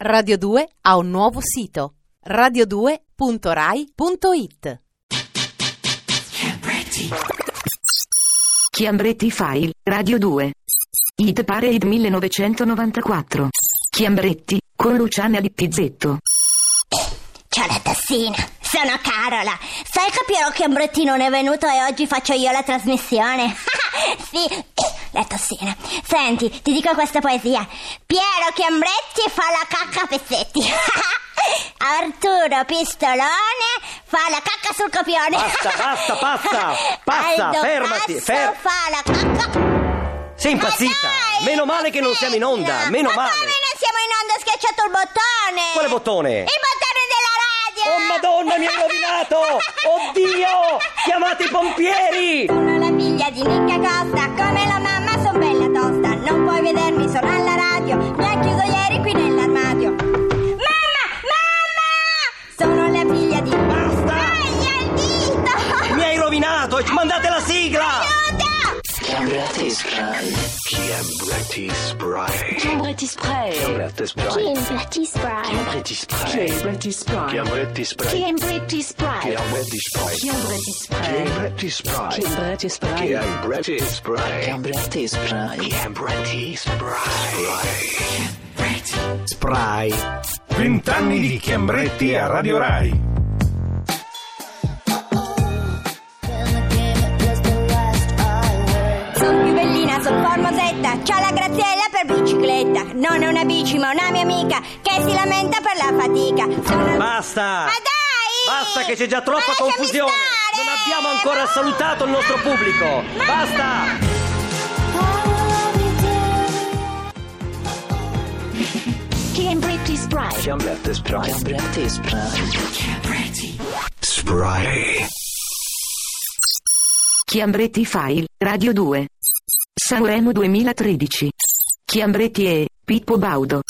Radio 2 ha un nuovo sito radio2.rai.it Chiambretti File, Radio 2. Hit Parade 1994. Chiambretti, con Luciana Littizzetto. Ciao la tassina, sono Carola. Sai che Piero Chiambrettino non è venuto e oggi faccio io la trasmissione? sì, la tassina. Senti, ti dico questa poesia. Piero Chiambretti fa la cacca a pezzetti. Arturo Pistolone fa la cacca sul copione. Basta, basta, basta, basta, Aldo fermati, Passo fer- fa la cacca... Sei impazzita! Ma Ah, dai, meno male che non siamo in onda! tassina. Meno Ma male! come non siamo in onda? Ho schiacciato il bottone! Quale bottone? Il bottone della radio! Oh madonna, mi hai rovinato! Oddio! Chiamate i pompieri! Sono la figlia di Nicca Costa, come la mamma son bella tosta. Non puoi vedermi, sono alla radio, mi ha chiuso ieri qui nell'armadio. Mamma, mamma! Sono la figlia di... Basta! Taglia il dito! Mi hai rovinato! Mandate la sigla! Aiuto! Chiambretti Spray. Chiambretti Spray. Chiambretti Spray. Chiambretti Spray. Chiambretti Spray. Chiambretti Spray. Chiambretti Spray. Chiambretti Spray. Chiambretti Spray. Chiambretti Spray. Chiambretti Spray. Chiambretti Spray. Chiambretti Spray. Chiambretti Spray. Chiambretti Spray. Spray. Vent'anni di Chiambretti a Radio Rai. Sono più bellina, sono formosetta, c'ho la graziella per bicicletta. Non è una bici, ma una mia amica che si lamenta per la fatica. Sono... Basta! Ma dai! Basta che c'è già troppa Ma lasciami confusione! stare! Non abbiamo ancora salutato il nostro pubblico! Basta! Chiambretti Spray. Chiambretti Spray. Chiambretti Spray. Spray. Chiambretti File, Radio 2. Sanremo 2013. Chiambretti e Pippo Baudo.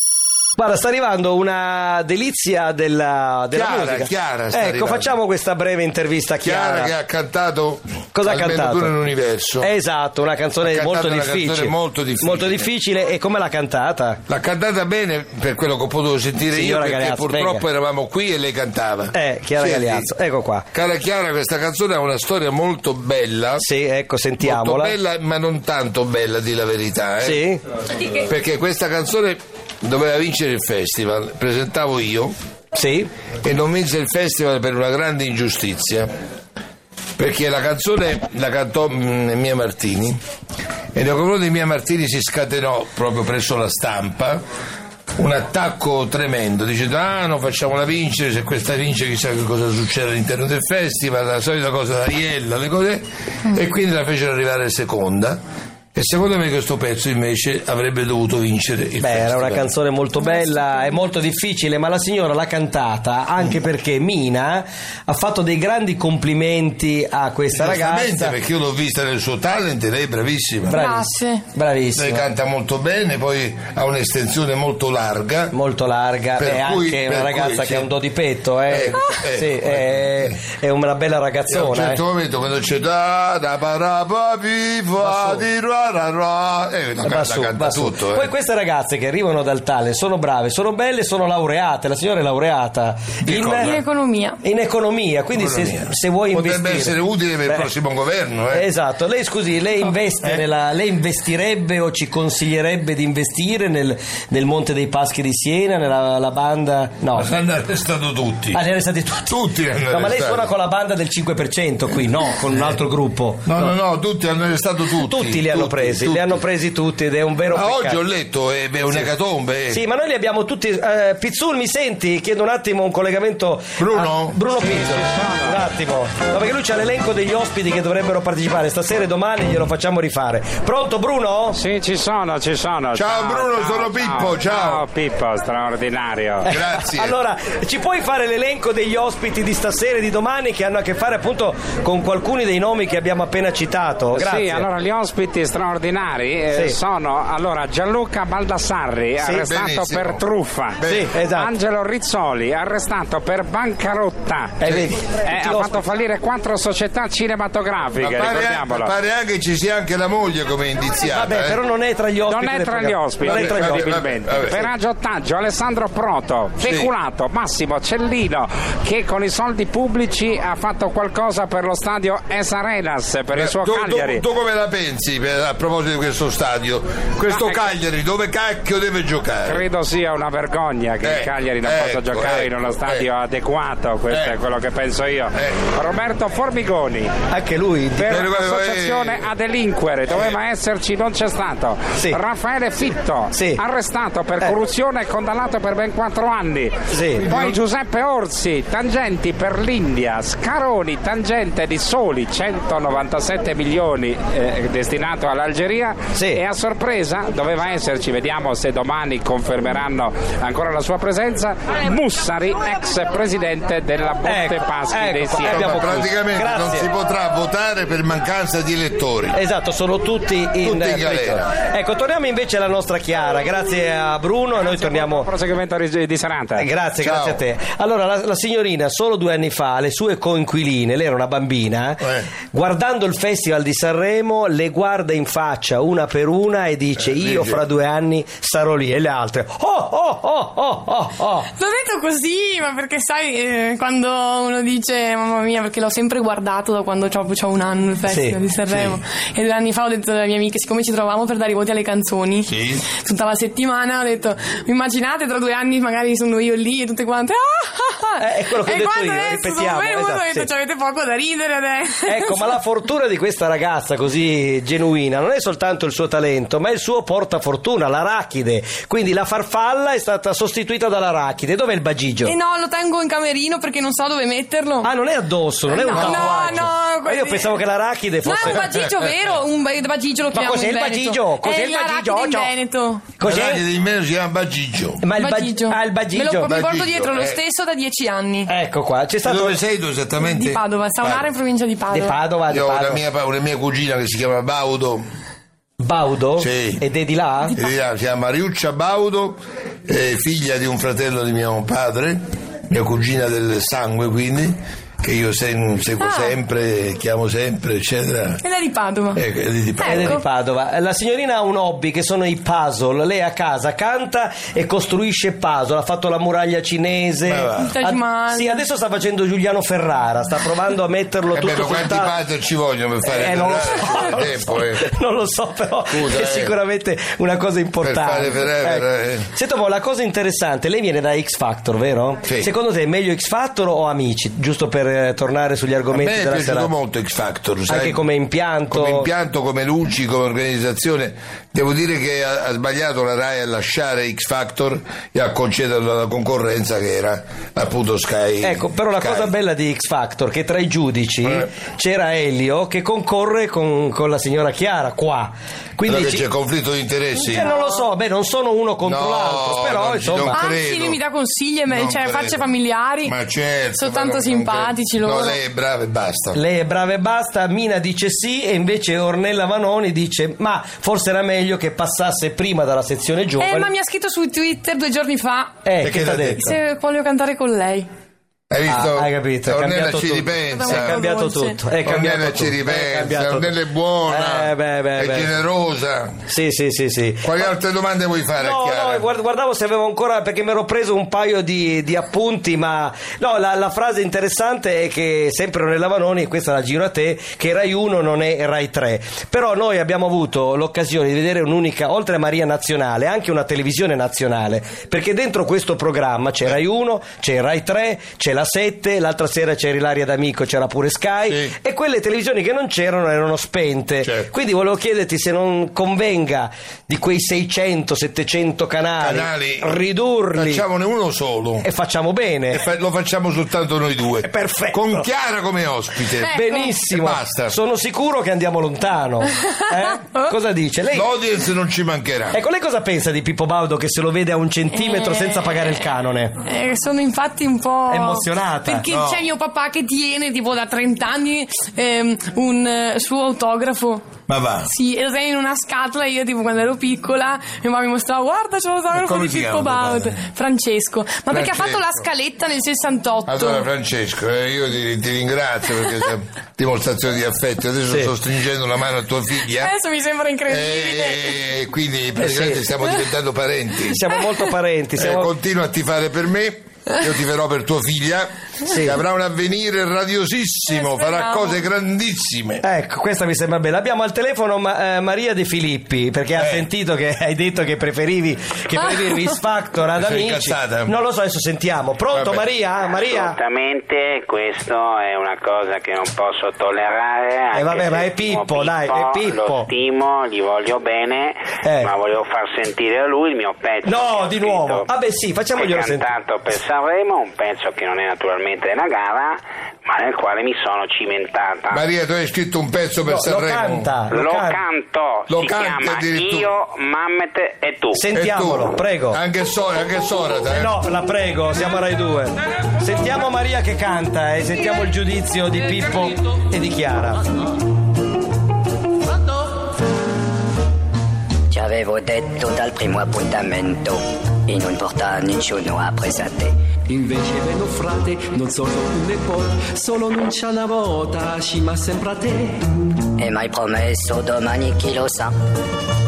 Guarda, sta arrivando una delizia della, della Chiara, musica. Chiara sta ecco, arrivando. facciamo questa breve intervista a Chiara. Chiara che ha cantato Cosa ha almeno cantato? tu nell'universo. Esatto, una canzone, Ha cantato molto, una difficile. canzone molto difficile. Molto difficile. E come l'ha cantata? L'ha cantata bene per quello che ho potuto sentire Signora io perché Galeazzo, purtroppo venga. eravamo qui e lei cantava. Eh, Chiara Senti, Galeazzo, ecco qua. Cara Chiara, questa canzone ha una storia molto bella. Sì, ecco, Molto sentiamola. bella, ma non tanto bella, di la verità. eh. Sì? Perché questa canzone doveva vincere il festival, presentavo io. Sì? e non vinse il festival per una grande ingiustizia perché la canzone la cantò mm, Mia Martini e nei confronti di Mia Martini si scatenò proprio presso la stampa un attacco tremendo dicendo ah non facciamola vincere se questa vince chissà che cosa succede all'interno del festival la solita cosa da Iella le cose e quindi la fecero arrivare seconda e secondo me questo pezzo invece avrebbe dovuto vincere il Beh, era una festival. canzone molto bella e molto difficile, ma la signora l'ha cantata Mm. anche perché Mina ha fatto dei grandi complimenti a questa Giustamente, ragazza. perché io l'ho vista nel suo talent e lei è bravissima Bravissima. Lei Bravissima. canta molto bene, poi ha un'estensione molto larga. Molto larga, Per è cui- anche una per ragazza cui, che sì. ha un do di petto, eh. Ecco, ecco, Sì, ecco. è, è una bella E a un ragazzona. eh. certo momento quando c'è da da para pa pi fa di ra ra ra e la Eh, canta, va su, canta va su. tutto. eh. Poi queste ragazze che arrivano dal tale sono brave, sono belle, sono laureate. La signora è laureata Di cosa? In economia. In economia, quindi se- Economia. Se, vuoi Potrebbe investire. essere utile per Beh, il prossimo governo. eh. Esatto, lei scusi, lei investe nella- lei investirebbe o ci consiglierebbe di investire nel, nel Monte dei Paschi di Siena, nella la banda? No. Hanno arrestato tutti. Ah, li hanno stati tutti. Tutti li hanno No, ma lei arrestati. suona con la banda del 5% qui, no, con un altro gruppo. No, no, no, tutti hanno arrestato Eh. tutti. Tutti li hanno Tutti, presi, tutti. li hanno presi tutti ed è un vero Ma peccato. oggi ho letto, eh, beh, è un'ecatombe. eh. Sì, ma noi li abbiamo tutti. eh, Pizzul, mi senti? Chiedo un attimo un collegamento. Bruno? a- Bruno Pizzul. Un attimo. No, perché lui c'ha l'elenco degli ospiti che dovrebbero partecipare stasera e domani glielo facciamo rifare. Pronto, Bruno? Sì, ci sono, ci sono. Ciao, Bruno, sono Pippo, ciao. Ciao Pippo, straordinario. Eh, Grazie. Allora, ci puoi fare l'elenco degli ospiti di stasera e di domani che hanno a che fare appunto con alcuni dei nomi che abbiamo appena citato? Grazie. Sì, allora gli ospiti stra- straordinari eh, Sì. sono allora Gianluca Baldassarri Sì, arrestato benissimo. per truffa Bene. Sì, esatto. Angelo Rizzoli arrestato per bancarotta Eh, vedi. Eh, ha fatto fallire quattro società Ma eh, cinematografiche pare, ricordiamolo anche, pare anche ci sia anche la moglie come indiziata. Vabbè, eh. però non è tra gli ospiti. non è del tra gli programma. ospiti, Non è tra gli ospiti. incredibilmente. vabbè, vabbè. Ferraggio Ottaggio, Alessandro Proto, Sì. Feculato, Massimo Cellino, che con i soldi pubblici ha fatto qualcosa per lo stadio Es Arenas, per il suo tu, tu- Cagliari. tu come la pensi per- a proposito di questo stadio? Questo No, ecco. Cagliari dove cacchio deve giocare? Credo sia una vergogna che il Ecco, Cagliari non possa ecco, giocare in ecco, uno stadio ecco. adeguato, questo è Ecco. quello che penso io. Ecco. Roberto Formigoni, Anche lui. di- per Eh, guarda, associazione eh. a delinquere doveva esserci non c'è stato eh. Sì. Raffaele Fitto Sì. arrestato per Eh. corruzione e condannato per ben quattro anni Sì. poi Giuseppe Orsi tangenti per l'India Scaroni tangente di soli 197 milioni eh, destinato all'Algeria Sì. e a sorpresa doveva esserci vediamo se domani confermeranno ancora la sua presenza Mussari ex presidente della Botte Ecco, Paschi ecco, dei qua Siero. abbiamo Ma praticamente Grazie. non si potrà votare per mancanza di elettori. Esatto, sono tutti in, Tutti in galera. Ecco, torniamo invece alla nostra Chiara. Grazie a Bruno e noi torniamo. proseguimento di di serata Eh, Grazie, Ciao. grazie a te. Allora, la, la signorina solo due anni fa, le sue coinquiline, lei era una bambina, Eh. guardando il festival di Sanremo, le guarda in faccia una per una e dice: Io Eh, dice- fra due anni sarò lì. E le altre, oh, oh, oh, oh, oh, oh. L'ho detto così, ma perché sai, eh, quando uno dice mamma mia, perché l'ho sempre guardato da quando ho, un anno il festival Sì, di Sanremo. E due anni fa ho detto alle mie amiche, siccome ci trovavamo per dare i voti alle canzoni, Sì. tutta la settimana ho detto, "Vi immaginate tra due anni magari sono io lì e tutte quante. "Ah, ah, ah". Eh, è quello che ho e detto quando io, adesso ripetiamo, sono venuto esatto, ho detto, sì. "Ci avete poco da ridere adesso. Ecco, ma la fortuna di questa ragazza così genuina non è soltanto il suo talento, ma il suo portafortuna, l'arachide. Quindi la farfalla è stata sostituita dall'arachide. Dov'è il bagigio? E Eh, no, lo tengo in camerino perché non so dove metterlo. Ah, non è addosso, non è un Eh, No, tatuaggio. no, Ma io così. pensavo che l'arachide Ma fosse è un bagigio vero? Un ba- bagigio lo Ma chiamiamo cos'è in il Veneto. bagigio? Cos'è È il Oh, bagigio? l'arachide in Ciao. Veneto. Cos'è? Guardate, di meno si chiama Bagigio. Ma il bag- bagigio. Ah, il Me bagigio. lo mi porto Bagigio, dietro lo eh. stesso da dieci anni. Ecco qua, c'è E stato Dove sei tu esattamente? Di Padova, Saunara in provincia di De Padova. Padova, De Io ho una Padova. mia, pa- una mia cugina che si chiama Baudo, Baudo Sì. ed è di là? e si chiama- si chiama Mariuccia Baudo, eh, figlia di un fratello di mio padre, mia cugina del sangue quindi, che io sen- seguo Ah. sempre, chiamo sempre, eccetera. Ed è di Padova. Eh, è di- di Ed è Ecco. di Padova. La signorina ha un hobby che sono i puzzle. Lei a casa canta e costruisce puzzle. Ha fatto la muraglia cinese. Ma va. Il Taj Ad- Mahal. sì, adesso sta facendo Giuliano Ferrara. Sta provando a metterlo Eh tutto beh, ma sul quanti tavolo. padri ci vogliono per fare Eh, non lo so, Ferrari? non lo Eh, so. poi- Non lo so, però Scusa, è eh. sicuramente una cosa importante. Per fare Ferrari, Ecco. eh. Senta un po', la cosa interessante, lei viene da X Factor, vero? Sì. Secondo te è meglio X Factor o Amici? Giusto per eh, tornare sugli A argomenti me è della piaciuto serata. molto X Factor, sai? Anche come impianto. Come impianto, come luci, come organizzazione. Devo dire che ha, ha sbagliato la RAI a lasciare X Factor e a concederlo alla concorrenza che era appunto Sky. Ecco, però la Sky. cosa bella di X Factor è che tra i giudici Eh. c'era Elio che concorre con, con la signora Chiara qua. Però Quindi che ci- c'è conflitto di interessi. Eh, non lo so, beh, non sono uno contro No, l'altro, però non ci insomma. do- Anzi, credo. lui mi dà consigli, me- Non cioè credo. facce familiari. Ma certo. Sono tanto ma non- simpatici non credo. loro. No, lei è brava e basta. Lei è brava e basta, Mina dice sì e invece Ornella Vanoni dice ma forse era meglio che passasse prima dalla sezione giovane. Eh, ma mi ha scritto su Twitter due giorni fa Eh, Perché che t'ha l'ha detto? se voglio cantare con lei. Hai visto? Ah, hai capito, è Ornella cambiato ci tutto. ripensa. Sì, È cambiato Dolce. tutto. Eh, È cambiato Ornella tutto. ci è ripensa, cambiato Ornella è tutto. buona, Eh, beh, beh, è beh. generosa. Sì, sì, sì, sì. Quali altre domande vuoi fare a No, Chiara? no, guard- guardavo se avevo ancora perché mi ero preso un paio di, di appunti, ma no, la, la frase interessante è che sempre Ornella Vanoni, e questa la giro a te, che Rai 1 non è Rai 3. Però noi abbiamo avuto l'occasione di vedere un'unica, oltre a Maria Nazionale, anche una televisione nazionale, perché dentro questo programma c'è Rai 1, c'è Rai 3, c'è la 7, l'altra sera c'era Ilaria D'Amico, c'era pure Sky Sì. e quelle televisioni che non c'erano erano spente. Certo. Quindi volevo chiederti se non convenga di quei 600-700 canali, Canali, ridurli Facciamone uno solo. e facciamo bene. E fa- lo facciamo soltanto noi due. Eh, Perfetto. Eh, Con Chiara come ospite. Ecco. Benissimo, E basta. sono sicuro che andiamo lontano. Eh? Cosa dice? Lei... L'audience non ci mancherà. Ecco, lei cosa pensa di Pippo Baudo che se lo vede a un centimetro senza pagare il canone? Eh, sono infatti un po'. emozionata. Perché No. c'è mio papà che tiene tipo da 30 anni ehm, un eh, suo autografo. Ma va. Sì, e lo sei in una scatola. Io, tipo, quando ero piccola, mia mamma mi mostrava, guarda, c'è l'autografo come di si Pippo chiama tuo Baudo. Francesco. Ma perché ha fatto la Francesco. scaletta nel 68? Allora Francesco, eh, io ti, ti ringrazio perché questa dimostrazione di affetto. Adesso Sì. Eh, sto stringendo la mano a tua figlia Adesso mi sembra incredibile. e, quindi praticamente sì. stiamo diventando parenti. Siamo molto parenti. Eh, Siamo... continua a tifare per me. Io tiferò per tua figlia che avrà un avvenire radiosissimo, Eh, farà speriamo. cose grandissime. Ecco, questa mi sembra bella. Abbiamo al telefono Ma- eh, Maria De Filippi, perché ha Eh. sentito che hai detto che preferivi che preferivi X Factor ad Mi sono amici. incazzata. Non lo so, adesso sentiamo. Pronto Vabbè. Maria? Maria? Assolutamente, questo è una cosa che non posso tollerare. anche Eh, vabbè, se ma è stimo Pippo, dai, è Pippo. Lo stimo, gli voglio bene, Eh. ma volevo far sentire a lui il mio pezzo. che No, ho di scritto nuovo. Vabbè, sì, facciamoglielo e sentire. cantato per Sanremo, un pezzo che non è naturalmente della gara, ma nel quale mi sono cimentata. Maria, tu hai scritto un pezzo per No, lo Sanremo. canta. lo can- canto, Lo si canti chiama addirittura. Io, Mammet e tu. Sen- E tu? Sentiamolo, prego. Anche, so- anche Sorata. eh. No, la prego, siamo a Rai 2. Sentiamo Maria che canta e sentiamo il giudizio di Pippo e di Chiara. Ci avevo detto dal primo appuntamento e non porta nessuno a presente. Invece ve lo frate, non solo un nepote, solo non c'è una volta, ci ma sempre a te. E mai promesso domani chi lo sa.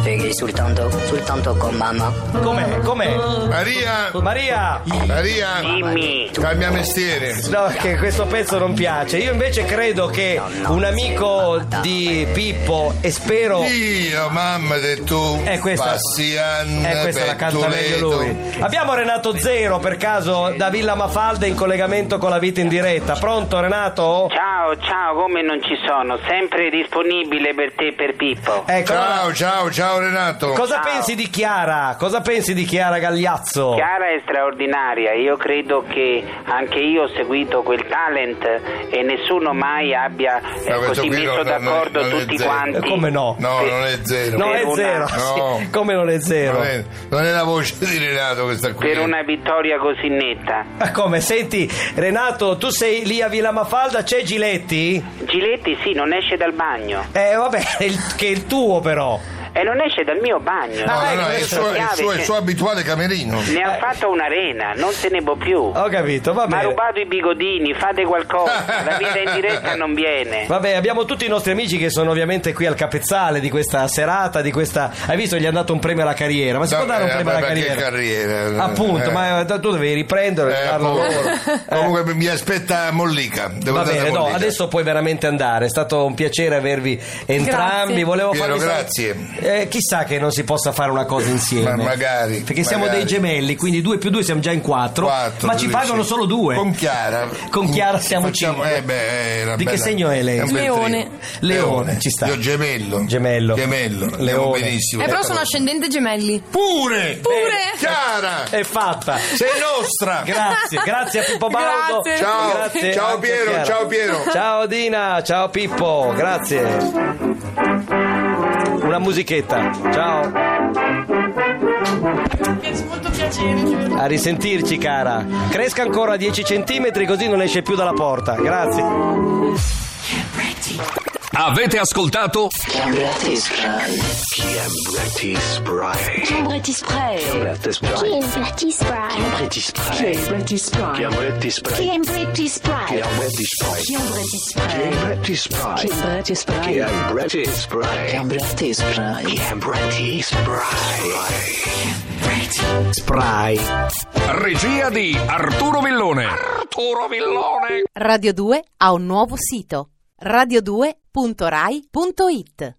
Fighi soltanto, soltanto con mamma. Com'è? Com'è? Maria, Maria! Maria, Dimmi. cambia mestiere. No, che questo pezzo non piace. Io invece credo che un amico di Pippo e spero. Io, mamma, e tu Eh, questa- passi anni Eh, questa la per canta meglio Toledo. lui. Abbiamo Renato Zero per caso da Villa Mafalda in collegamento con la vita in diretta. Pronto Renato? Ciao, ciao, come non ci sono? Sempre disponibile per te e per Pippo. Ecco, Ciao, ciao, ciao Renato. cosa Ciao. pensi di Chiara? Cosa pensi di Chiara Gagliazzo? Chiara è straordinaria, io credo che anche io ho seguito quel talent e nessuno mai abbia eh, No, questo così qui messo non- non è- d'accordo non è tutti zero. Eh, quanti. Come no? No, non è zero. No, è Per una- zero. No. Sì, Come non è zero? Non è, non è la voce di Renato questa qui. Per una vittoria così netta. Ma Ah, come? Senti, Renato, tu sei lì a Villa Mafalda, c'è Giletti? Giletti sì, non esce dal bagno. Eh, vabbè, il- che è il tuo però. E non esce dal mio bagno. No, no, no, Ah, è il ecco, suo, è il chiave, suo- è il che- suo abituale camerino. Ne ha fatto un'arena, non se ne può più. Ho capito, va Ma ha bene. rubato i bigodini, fate qualcosa. La vita in diretta non viene. Vabbè, abbiamo tutti i nostri amici che sono ovviamente qui al capezzale di questa serata, di questa... Hai visto, gli hanno dato un premio alla carriera, ma si No, può dare un eh, premio alla ma che carriera? carriera? Appunto, Eh. ma eh, tu devi riprendere e Eh, darlo povero. loro. Comunque mi- mi aspetta Mollica. Devo Va andare bene, a no, Mollica. adesso puoi veramente andare, è stato un piacere avervi entrambi. Grazie. Volevo Piero, farvi sal- grazie. Eh, chissà che non si possa fare una cosa insieme. Ma magari, Perché siamo magari. dei gemelli, quindi due più due siamo già in quattro. Quattro, ma ci dodici. pagano solo due. Con Chiara. Con Chiara siamo Facciamo- cinque. eh, beh, è una Di che bella- segno è lei? un bel Leone. trio. Leone, ci sta. Io gemello. Gemello. Gemello. Andiamo Leone. benissimo. Eh, però sono ascendente Eh. gemelli. Pure! Pure. Chiara! È fatta. Sei nostra! Grazie, grazie a Pippo Baldo. Grazie. Ciao. Grazie Ciao anche a Piero, Chiara. ciao Piero. Ciao Dina, ciao Pippo, grazie. Una musichetta. Ciao. È molto piacere. A risentirci, cara. Cresca ancora 10 centimetri così non esce più dalla porta. Grazie. Avete ascoltato? Cambiati Sprite. Chiambretti Sprite. Cambiati Sprite. Chiambretti Sprite. Cambiati Sprite. Chiambretti Sprite. Cambiati Sprite. Chiambretti Sprite. Cambiati Sprite. Cambiati Chiambretti Sprite. Sprite. Chiambretti Sprite. Cambiati Sprite. Cambiati Chiambretti Sprite. Sprite. Chiambretti Sprite. Spray. Regia di Arturo Villone. Arturo Villone. Radio 2 ha un nuovo sito radio2.rai.it